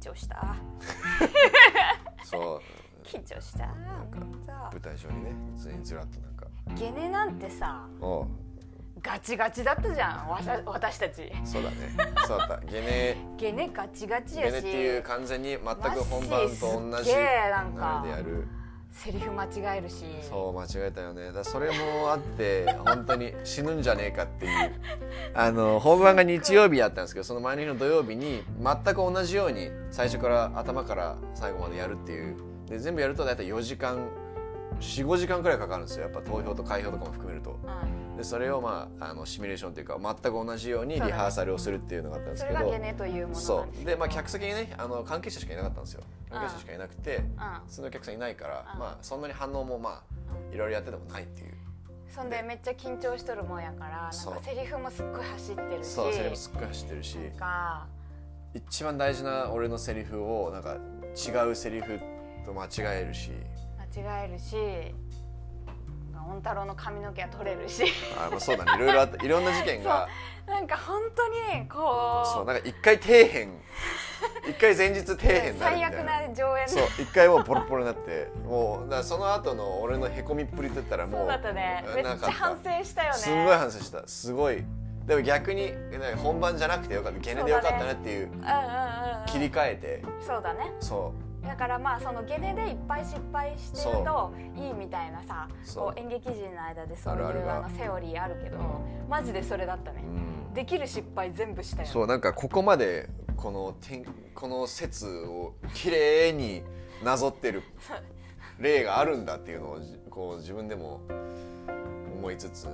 張したそう緊張したなんかさ舞台上にね普通にずらっとなんかゲネなんてさおうガチガチだったじゃんわた私たちそ うだねそうだったゲネゲネガチガチゲやしネっていう完全に全く本番と同マジじすっげえなんか流れでやるセリフ間違えるしそう間違えたよねだからそれもあって本当に死ぬんじゃねえかっていう あの本番が日曜日やったんですけどその前の日の土曜日に全く同じように最初から頭から最後までやるっていうで全部やると大体4時間45時間くらいかかるんですよやっぱ投票と開票とかも含めるとうん、でそれを、まあ、あのシミュレーションというか全く同じようにリそうだねハーサルをするっていうのがあったんですそけれどがゲネというものなんですそけうどで、まあ、客席にねあの関係者しかいなかったんですよ関係者しかいなくて普通のお客さんいないからうんまあそんなに反応もまうあいろいろやっててもないっていううん、そんでめっちゃ緊張しとるもんやからなんかそうセリフもすっごい走ってるしそうセリフもすっごい走ってるしなんか一番大事な俺のセリフをなんか違うセリフと間違えるし間違えるしなんかオン太郎の髪の毛は取れるし あまあそうだねいろいろあっていろんな事件がなんか本当にこうそうなんか一回底辺一回前日底辺になる最みたい悪な。な上演そう一回もうボロボロになってもうだからその後の俺のへこみっぷりといったらもうそうだったねめっちなゃかった反省したよねすごい反省したすごいでも逆にね本番じゃなくてよかったゲネでよかったなっていううんうんうんうん切り替えてそうだねそだからまあそのゲネでいっぱい失敗してるといいみたいなさそこうう演劇人の間でそういうあるあるがあのセオリーあるけどマジでそれだったねう、うんできる失敗全部したよそうなんかここまでこの天この説を綺麗になぞってる例があるんだっていうのをじこう自分でも思いつつ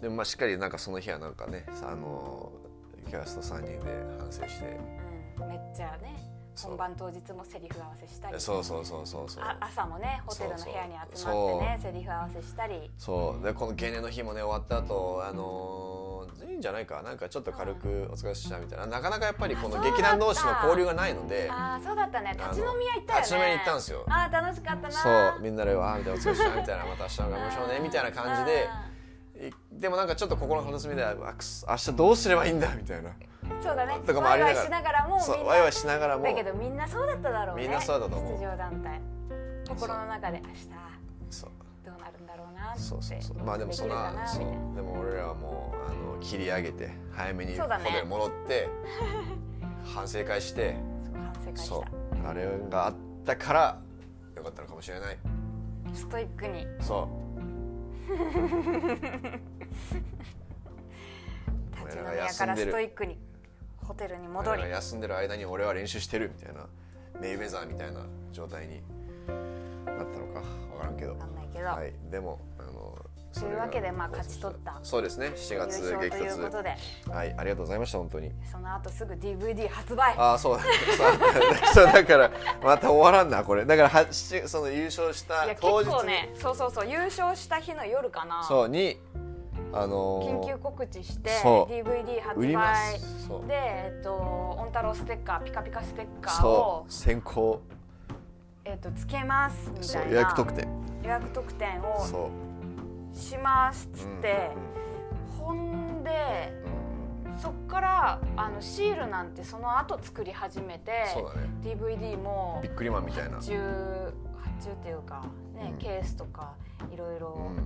でもまあしっかりなんかその日はなんかねさあのキャスト3人で反省してうん、めっちゃねそう本番当日もセリフ合わせしたりそうそうそうそうそうあ朝もねホテルの部屋に集まそうっそてうねセリフ合わせしたりそうでこのゲネの日もね終わった後あのーいいんじゃないかなんかちょっと軽くお疲れっしたみたいななかなかやっぱりこのあそうだっ劇た団同士の交流がないのでああそうだったねあの立ち飲み屋行ったよね立ち飲み屋に行ったんですよああ楽しかったなそうみんなで「わあ」みたいな「お疲れっした」みたいな「また明日頑張りましょうねう」んみたいな感じでいでもなんかちょっと心の片隅で「あくそ明日どうすればいいんだ」みたいなうんそうだねとかもあワイりワながイらしながらもそうみんワイワイなしながらもだけどみんなそうだっただろうねみんなそうだと思う出場団体心の中で明日そうどうなるんだろうなってそうそうそうまあでもそんきるかなそうみたいでも俺らはもうあの切り上げて早めにそホうだねテル 戻って、反省会してそう反省会しそうあれがあったからよかったのかもしれないたストイックにそう立ち俺飲らがみ屋休かんらでるストイックにホテルに戻俺りら休んでる間に俺は練習してるみたいなメイウェザーみたいな状態になったのか分からんけどわかんないけど、はいでもあのそれというがわけでまあ勝ち取ったそうですね7優月勝激ということ突ではいありがとうございました本当にその後すぐ DVD 発売あ あそうだそうだからまた終わらんなこれだからはしその優勝しいたや結当日構に、ねそうそうそう優勝した日の夜かなそうにあの緊急告知してそう DVD 発売りま売すそうでえっとオンタローステッカーピカピカステッカーそをう先行えっとつけますみそたいうな予約特典予約特典をそうしますっつってうん、ほんでうんそっからあのシールなんてその後作り始めてそうだね DVD もビックリマンみたいな、発注発注っていうかね、うんケースとかいろいうろん、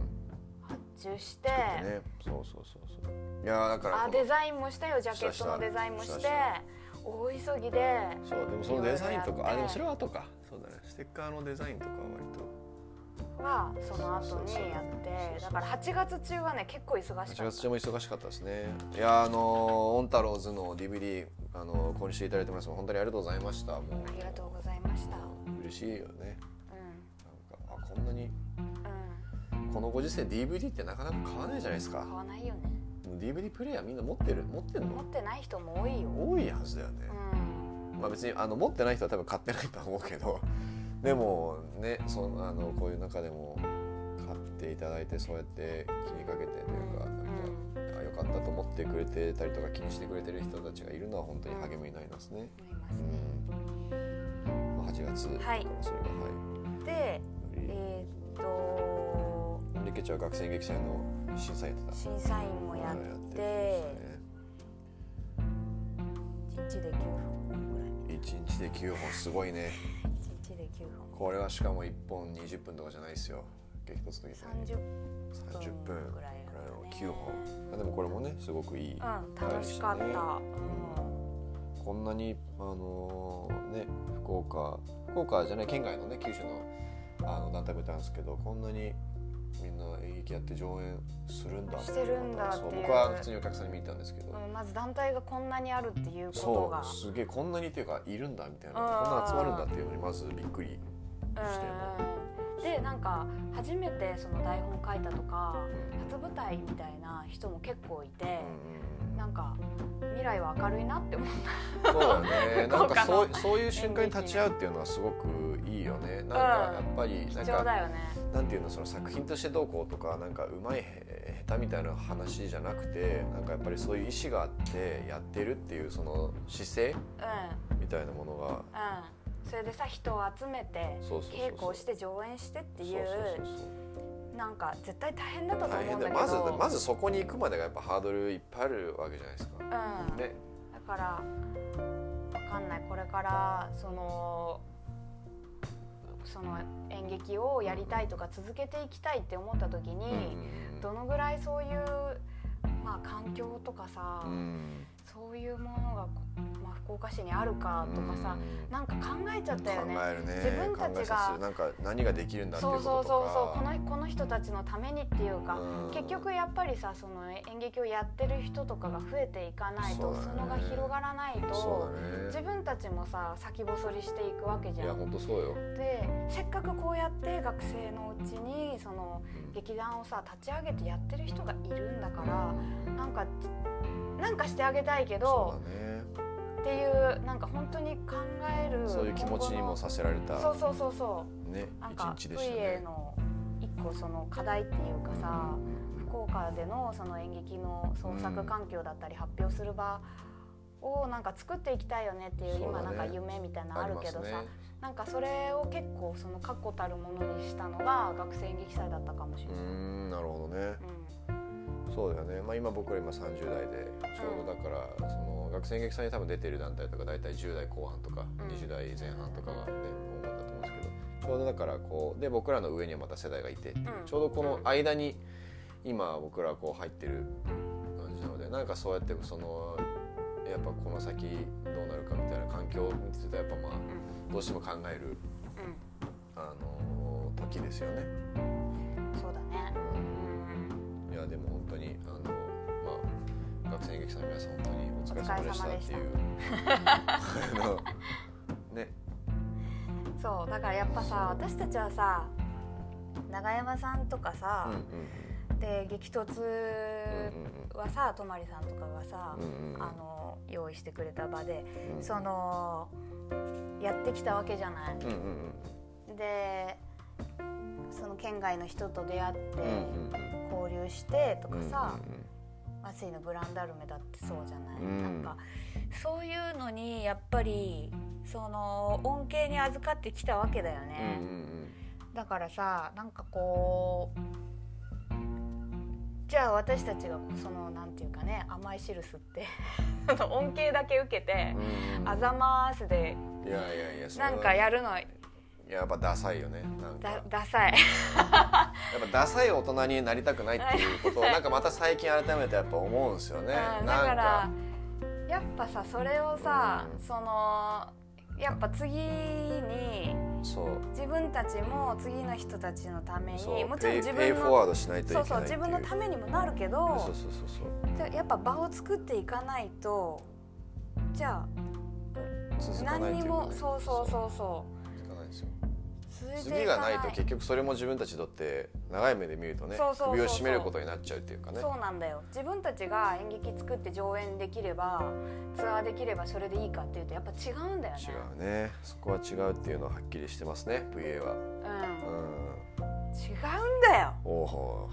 発注して、ねそうそうそうそういやーだからあこのデザインもしたよジャケットしたしたのデザインもしてしたした大急ぎでそうでもそのデザインといろいろやってかあでもそれは後かそうだねステッカーのデザインとかは割はその後にやそうそうそうそっうてだから8月中はね結構忙しと8かっ月中も忙しかったですねいやーあのーオンタローズの DVD あのー購入していただいてます本当にありがとうございましたもうたありがとうございました嬉しいよねうなんかあこんなにんうんこのご時世 DVD ってなかなか買わないじゃないですか買わないよね DVD プレイヤーみんな持ってる持ってん持のってない人も多いよ多いはずだよね、うんまあ、別にあの持ってない人は多分買ってないとは思うけどでもねそのあのこういう中でも買っていただいてそうやって気にかけてというかなんか、あよかったと思ってくれてたりとか気にしてくれてる人たちがいるのは本当に励みになりますね。思いまうすねんまあ、8月からはいそれがではい。えーっとリケチは学生劇祭の審査やってた。審査員もややっっててま1日で9分ぐらいしたね1日で9本すごいね1日で9本これはしかも1本20分とかじゃないですよ激突の時ね30 30分ぐらいぐらいだをね9本あでもこれもねすごくいい、うん楽しかった、ねうんこんなにあのーね福岡福岡じゃない県外のね九州のあの団体もいたんですけどこんなにみんな演劇やって上演するんだしてるんだっていうそう僕は普通にお客さんに見に行ったんですけど、うんまず団体がこんなにあるっていうことそがうすげえこんなにっていうかいるんだみたいなこんうんな集まるんだっていうのにまずびっくりしてうんでなんか初めてその台本書いたとか初舞台みたいな人も結構いてう、んなんか未来は明るいなって思ったそうだよね福な岡のんかそうそういう瞬間に立ち会うっていうのはすごくいいよねなんかやっぱりなん貴重かだよねなんていうのその作品としてどうこうとかなんかうまいへ下手みたいな話じゃなくてなんかやっぱりそういう意思があってやってるっていうその姿勢うんみたいなものがうんそれでさ人を集めてそうそうそうそう稽古をして上演してっていうそうそうそうそうなんか絶対大変だったと大思う変んだだけよどまずまずそこに行くまでがやっぱハードルいっぱいあるわけじゃないですか。うん、ね、だからわかんないこれからそのその演劇をやりたいとか続けていきたいって思った時に、うんどのぐらいそういう、まあ、環境とかさ、うんそういうものが、まあ、福岡市にあるかとかさ、うんなんか考えちゃったよね考。えるね自分たちが考えさせるなんか何ができるんだっていうそこうとそうそうとそうこかのこの人たちのためにっていうか、うん結局やっぱりさその演劇をやってる人とかが増えていかないそうとだそ,、ねのが広がらないと、そうだ自ね分たちもさ先細りしていくわけじいゃやん。本当そうよ、でせっかくこうやって学生のうちにその劇団をさ立ち上げてやってる人がいるんだから、なんかなんかしてあげたいけそどうだねっていうなんか本当に考えるそういう気持ちにもさせられたそうそうそうそうねなんか一日でした VA ね。の一個その課題っていうかさ福岡でのその演劇の創作環境だったり発表する場をなんか作っていきたいよねっていうそうだね今なんか夢みたいなのあるけどありさますねなんかそれを結構その確固たるものにしたのが学生演劇祭だったかもしれうーない。んなるほどねうんそうだよね、まあ、今僕ら今30代でちょうどだからその学生演劇祭に多分出てる団体とか大体10代後半とかうん20代前半とかがね主だと思うんですけどちょうどだからこうで僕らの上にはまた世代がいてっていううんちょうどこの間に今僕らこう入ってる感じなのでなんかそうやってそのやっぱこの先どうなるかみたいな環境についてはやっぱまうんあどうしても考えるあの時ですよね。うんそうだねうんうんいやでも本当にあのまあ学生演劇さんの皆さん本当にお疲れ様でしたっていう。あのね、そうだからやっぱさ私たちはさ永山さんとかうさんうん、で激突はさ泊さんとかがさ、うんうんうんうんあの用意してくれた場で、うんそのやってきたわけじゃない。うんうんでその県外の人と出会ってうんうん交流してとうんうんうんかさ、うんうん松井のブランダルメだってそうじゃない、うんなんかそういうのにやっぱりその恩恵に預かってきたわけだよね。うんうんうんだからさなんかこうじゃあ私たちがそのなんていうかね甘い汁吸って あの恩恵だけ受けて「あざまーす」でうんいやいやいやそれはなんかやるのやっぱダサいよねなんかだやっダサいぱダサい大人になりたくないっていうことをなんかまた最近改めてやっぱ思うんですよね。うんだなかんからやっぱさそれをさうんそのやっぱ次にそう自分たちも次の人たちのためそにうもちろんペイ自ペイ分フォワーのドしないといけそないうそうってい自分のためにもなるけどそうそうそうそうじゃあやっぱ場を作っていかないとじゃあ続かない何ってにいうもねそうそうそうそ続かないですよう続いて次いかがなないいと結局それも自分たちにとって長い目で見るとねそうそうそうそう首を絞めることになっちゃうっていうかねそうなんだよ自分たちが演劇作って上演できればツアーできればそれでいいかっていうとやっぱ違うんだよね違うねそこは違うっていうのははっきりしてますね VA はうん、うん違うんだよおお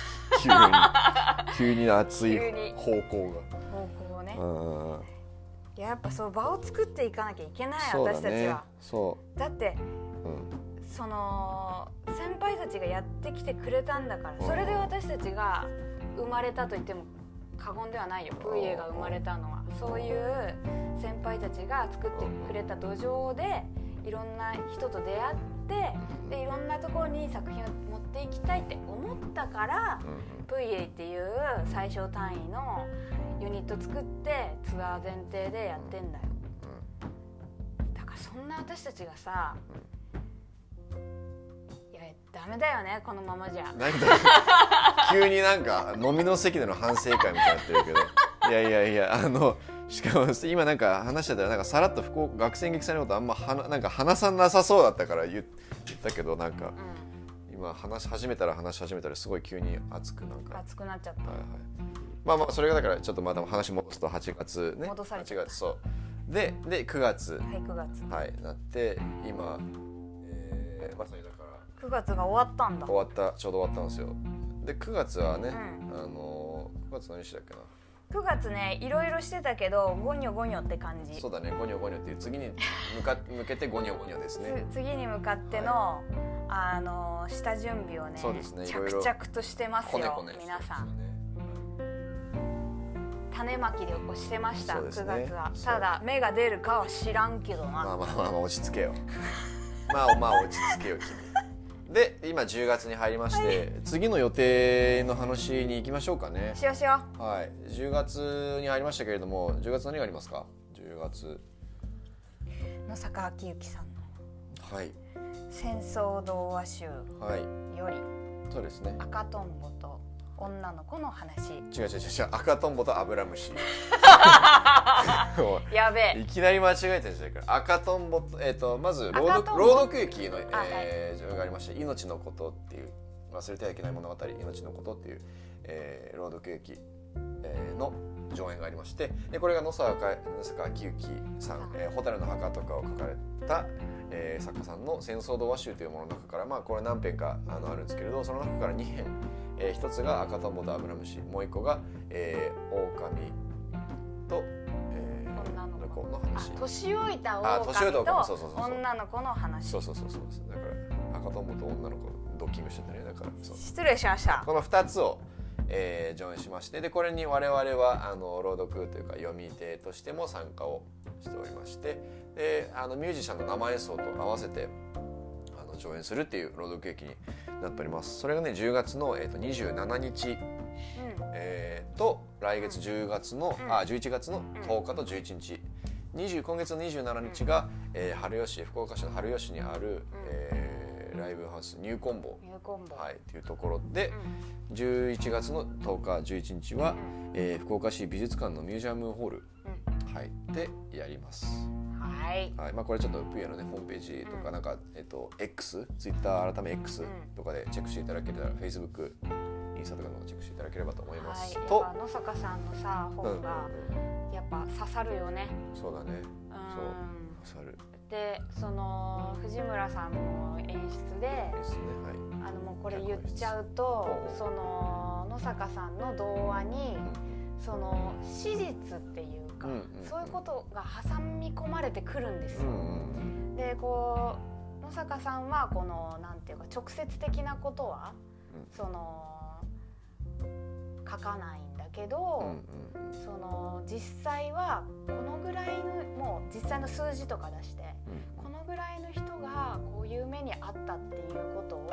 急に急に熱い急に方向方向をねがうんうんいややっぱそう場を作っていかなきゃいけないそうだ私たちねはそだってううんその先輩たちがやってきてくれたんだからうんそれで私たちが生まれたと言っても過言ではないよブイエが生まれたのはそういう先輩たちが作ってくれた土壌でいろんな人と出会ってでいろんなところに作品を持っていきたいって思ったからブイエっていう最小単位のユニット作ってツアー前提でやってんだよだからそんな私たちがさいやダメだよねこのままじゃなんだ急になんか飲みの席での反省会みたいになってるけどいやいやいやあのしかも今なんか話してたらなんかさらっと不幸学生劇祭のことあんまはななんか話さなさそうだったから言言ったけどなんかう今話し始めたら話し始めたらすごい急に熱くなんんか熱くなっちゃっはいはい、まあまあそれがだからちょっとまた話戻すと8月ね戻されちゃ8った月そうでで9月たはい9月はいなって今、えーまさにだから9月が終わったんだ終わったちょうど終わったんですよで9月はね、うあのー、9月何日だっけな9月ねいろいろしてたけどゴニョゴニョって感じそうだねゴニョゴニョっていう次に向か向けてゴニョゴニョですねつ次に向かっての、あの下準備をねそうですねいろい着ろ々としてますこよねこねして皆まさすよんね種まきで押してました、そう9です月ねはそうただ芽が出るかは知らんけどな、まあまあまあまあ落ち着けよ まあまあ落ち着けよ君で今10月に入りまして、次の予定の話に行きましょうかねしようしよはい10月に入りましたけれども10月何がありますか10月う野坂昭之さんのはい「戦争童話集はい」よりそうですね赤とんぼと女の子の話違う違う違う違う赤とんぼとアブラ ムシ おやべいえいきなり間違えたじゃないから赤とんぼと,、えー、とまず朗赤読とんぼ朗読劇の、あえー序文がありまして「命のこと」っていう忘れてはいけない物語「命のこと」っていう、えー朗読劇、えーの上演がありましてでこれが野坂か野坂昭之さん「えー蛍の墓」とかを書かれた、えー作家さんの「戦争童話集」というものの中から、まあ、これ何編かあのあるんですけれどその中から2編、え1つが「赤とんぼとアブラムシ」もう1個が「えー、狼と、えー女の子のあ話年老いたあ狼年老いた狼そうそうそうとそう女の子の話そうそうそうそうですだから赤とんぼと女の子ドッキングしてたねだからそう失礼しましたこの2つを、えー上演しましてでこれに我々はあの朗読というか読み手としても参加をしておりましてであのミュージシャンの生演奏と合わせてあの上演するっていう朗読劇になっておりますそれがね10月の、えー、と27日、うんえーと来月10月の、うんあ11月の10日と11日、20今月の27日が、えー春吉福岡市の春吉にある、えーライブハウスニューコンボ、ニューコンボ、はい、というところでう、ん11月の10日11日は、えー福岡市美術館のミュージアムホール、はい、でやりまうす。んはいはいまあ、これちょっとプイアの、ね、ホームページとかなんか、えっと X ツイッター改め X うんとかでチェックしていただけたら、Facebook インスタとかのチェックしていただければと思いまはす。い、やっとぱ野坂さんのさ本がうんやっぱ刺さるよね。そうだねうんそう腐るでその藤村さんの演出でですねはいあのもうこれ言っちゃうとうんその野坂さんの童話にその史実っていうか、うんうんうんそういうことが挟み込まれてくるんですうよ。んうんでこう野坂さんはこのなんていうか直接的なことは、うその書かないんだけうど。んうんその実際はこのぐらいのもう実際の数字とか出してこのぐらいの人がこういう目にあったっていうことを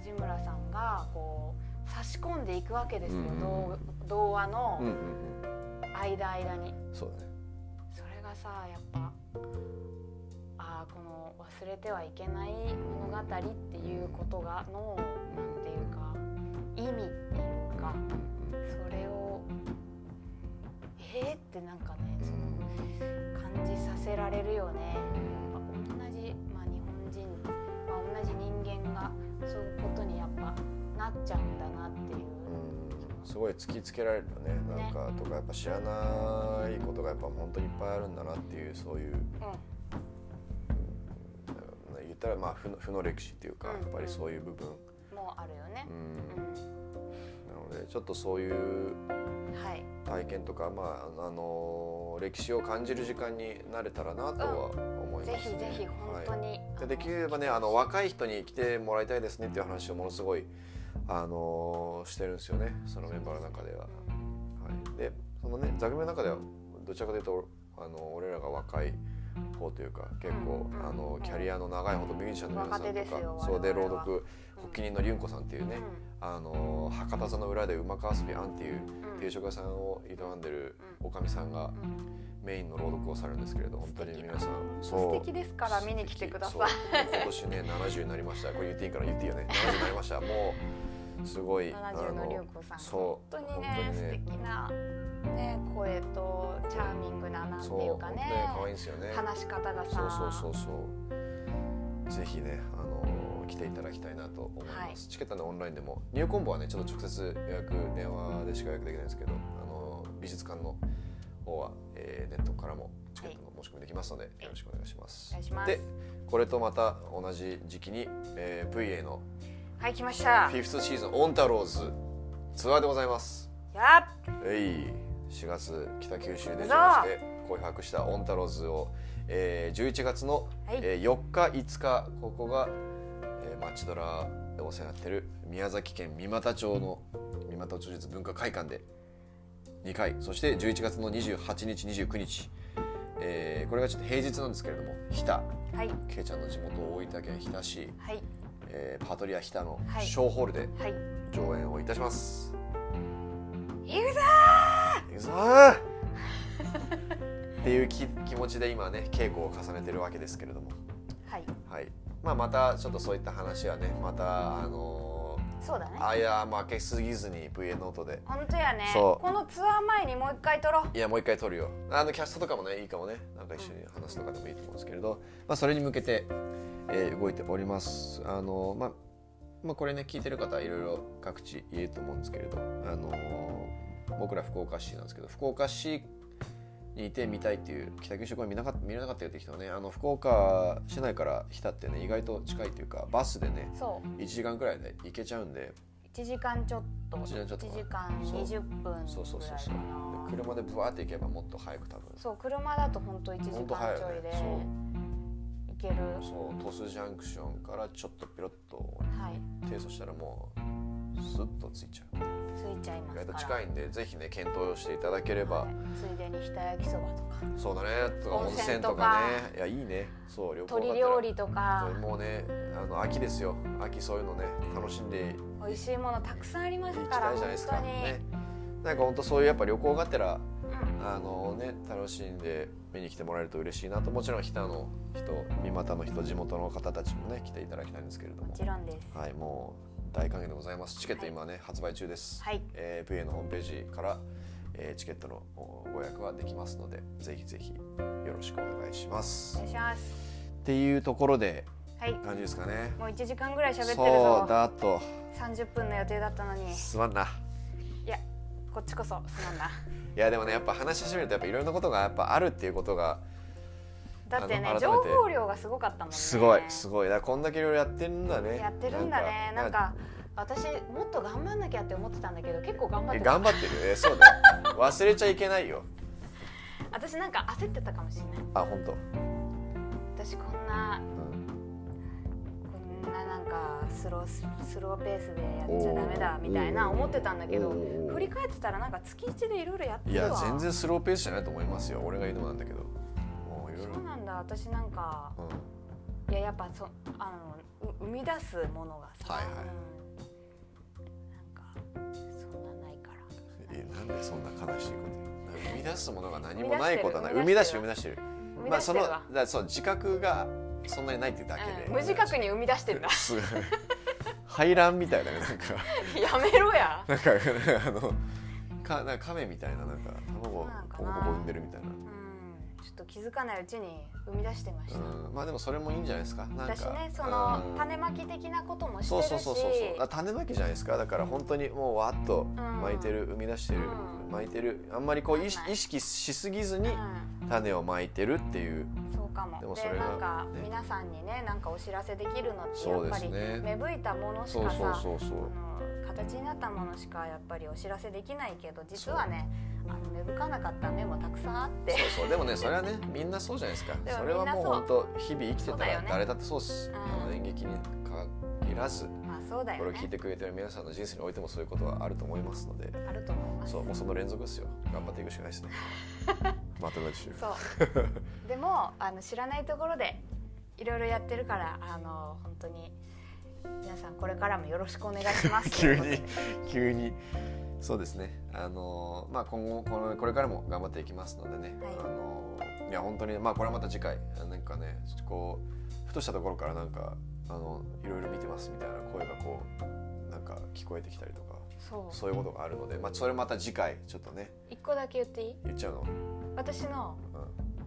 藤村さんがこう差し込んでいくわけですよ、うん童童話うんうんうんのうんうん間間に。そうだねそれがさやっぱあーこの忘れてはいけない物語っていうことがのなんていうか意味っていうかうんうんそれをえー、ってなんかねそのう感じさせられるよねやっぱ同じ、まあ、日本人、まあ、同じ人間がそういうことにやっぱなっちゃうんだなっていんう、うんすごい突きつけられるよねねなんかとかやっぱ知らないことがやっぱ本当にいっぱいあるんだなっていうそういうううん言ったらまあ負の負の歴史っていうかうやんっぱりそういう部分ん、もうあるよねう、うんんなのでちょっとそういうはい体験とか、まああの歴史を感じる時間になれたらなとは思いぜます、ひねぜひ本当はいに、でできるればねあの若い人に来てもらいたいですねっていう話をものすごい、あのしてるんですよねそのメンバーの中では。はい、でそのね座組の中ではどちらかというとあの俺らが若い方というか結構、うんうんあのキャリアの長い方とミュージシャンの皆さ若手んとですよかそうで我朗々は読発起人のりゅんこさんっていうね、あの博多座の裏で馬川遊び庵っていううん定食屋さんを営んでるおかみさんがうんメインの朗読をされるんですけれど本当に皆さん素敵ですから見に来てくださいい今年ね70になりましたこれ言っていいから言っていいよね70になりましたもうすごいあ70のりゅうこさんそう本当にね素敵な、ね、声とチャーミングななんてそういう本か当にね可愛いんですよね話し方がさそうそうそうそうぜひねあの来ていただきたいなと思います、はいチケットのオンラインでもニューコンボはねちょっと直接予約電話でしか予約できないんですけどあの美術館の方は、えーネットからもチケットの申し込みできますので、よろしくお願いしますお願いしますでこれとまた同じ時期に、えー、VA のはい来ましたフィフスシーズンオンタローズツアーでございますやっえい4月北九州うでぞ上演して紅白したオンタローズを、えー、11月の、はいえー4日5日ここが、えー、町ドラでお世話になってる宮崎県三股町の三股町立文化会館で2回そして11月の28日29日、えーこれがちょっと平日なんですけれども日田はいけいちゃんの地元大分県日田市、はいえーパトリア日田のはい小ホールではい上演をいたします。行くぞ行くぞー っていうき気持ちで今ね稽古を重ねてるわけですけれども、はいはいまあ、またちょっとそういった話はねまたあのそうだねー、あいや負けすぎずに VA ノートで本当やねそこうのツアー前にもう一回撮ろういやもう一回撮るよあのキャストとかもねいいかもねなんか一緒に話すとかでもいいと思うんですけれど、まあ、それに向けて、えー動いておりますあの、まあ、まあこれね聞いてる方いろいろ各地言えると思うんですけれどあの僕ら福岡市なんですけど福岡市にいて見たいっていう北九州公園見なかった見れなかったよって人はねあの福岡市内から来たってね意外と近いというかバスでねそう1時間くらいで行けちゃうんで1時間ちょっと一時間ちょっと一時間20分ぐらいかなそうそうそうそうで車でブワーって行けばもっと早く多分そう車だと本当1時ほ間んちと早いょよいでねそう行けるそう鳥栖ジャンクションからちょっとピロッとはい提訴したらもうスッとついちゃうついちゃいま意すから外と近いんでぜひね検討していただければ、はいついでに日田焼きそばとかそうだねとか温温泉泉とかねいやいいねそう旅行がてら鶏料理とかそうもうねあの秋ですよ秋そういうのね楽しんで美味しいものたくさんありまいすきからたい本じゃ当ないですかに、ねなんか本当そういうやっぱ旅行がてらうんあのね楽しんで見に来てもらえると嬉しいなともちろん日田の人三股の人地元の方たちもね来ていただきたいんですけれどももちろんですはい、もう大歓迎でございます。チケットはい今ね、発売中です。はいえー、VA のホームページから、えー、チケットのおご予約はできますので、ぜひぜひよろしくお願いしまおす。願いっしますていうところではい感じですかね。もう1時間ぐらい喋ってるそうぞだと30分の予定だったのにすまんな。いやこっちこそすまん ないやでもね、やっぱ話し始めるとやっぱいろんなことがやっぱあるっていうことがだってねあの改めて情報量がすごかったもんねすごいすごい。だからこんだけいろいろやってるんだね。やってるんだねなんかなん私もっと頑張んなきゃって思ってたんだけど結構頑張っえてた頑張ってる。えそうだよ。忘れちゃいけないよ。私なんか焦ってたかもしれないあ本当。私こんなうんこんななんかスローススローペースでやっちゃダメだみたいなおー思ってたんだけどおー振り返ってたらなんか月一でいろいろやっているわや全然スローペースじゃないと思いますよ俺が言うのもなんだけどもういろいろそうなんだ私なんかうんいややっぱそあのう生み出すものがさ、はいはいうんなんかそんなないからえなんでそんな悲しいこと生み出すものが何もないことはない生生みみ出出ししててるる生み出してる生みま出あしてそるわ、のだからそう自覚がそんなにないっていうだけで、うん無自覚に生み出してるんだす 排卵みたいなねなんか やめろやなんかあのかなんか亀みたいななんか卵そうをなんポかコなポコ産んでるみたいなうんちょっと気づかないうちに生み出してました、うんまあでもそれもいいんじゃないですかなんか私ねその、うん種まき的なこともしてそうるしそうそうそうそうあ種まきじゃないですかだから本当にもうわっと巻いてる、生み出してる、うん巻いてるあんまりこう意識うん意識しすぎずにうん種を巻いてるっていうそうかもでもでそれがなんかね皆さんにねなんかお知らせできるのってやそうっでぱすりね芽吹いたものしそうかそうさそうそうあの形になったものしかやっぱりお知らせできないけど実はねあの芽吹かなかった芽もたくさんあってそうそうでもねそれはねみんなそうじゃないですかでもそれはもうみんなそう本当日々生きてそうただらよね誰だってそうですうんあの演劇に限らずまあそうだよこねれを聞いてくれてる皆さんの人生においてもそういうことはあると思いますのであると思いますそうもうその連続ですよ頑張っていくしか ないですねまた来週そう でもあの知らないところでいろいろやってるからあの本当に皆さんこれからもよろしくお願い します 急というにこ急にそうですねあのまあ今後このこれからも頑張っていきますのでね、はいあのいや本当にまあこれはまた次回なんかねちょっとこうふとしたところからなんかあのいろいろ見てますみたいな声がこうなんか聞こえてきたりとかとでそうそういうことがあるので、まあ、それまた次回ちょっとね一個だけ言っていい言っちゃうの、私のう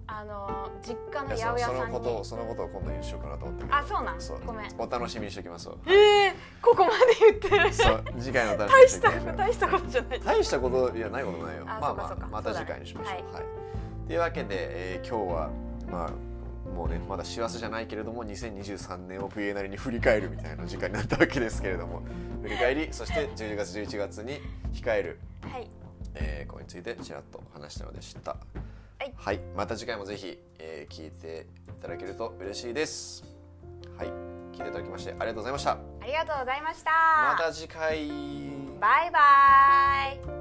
あの実家ん、の八いや百屋そそさのんことをにそのことを今度言しようかなと思ってあそうなんそうごめんお楽しみにしておきますわえー、ここまで言ってるそう次回のお楽大ししみたにしておきまし 大したことじゃょうない大したこといやないことないよあまあそうかまそうかあまた次回にしましょうそうだねはい、というわけで、えー今日はまあもうねまだ師走じゃないけれども2023年を冬なりに振り返るみたいな時間になったわけですけ れども振り返りそして12月11月に控える、はいえー、これについてちらっと話したのでしたはいまた次回もぜひ、えー聞いていただけると嬉しいですはい聞いていただきましてありがとうございましたありがとうございましたまた次回バイバイ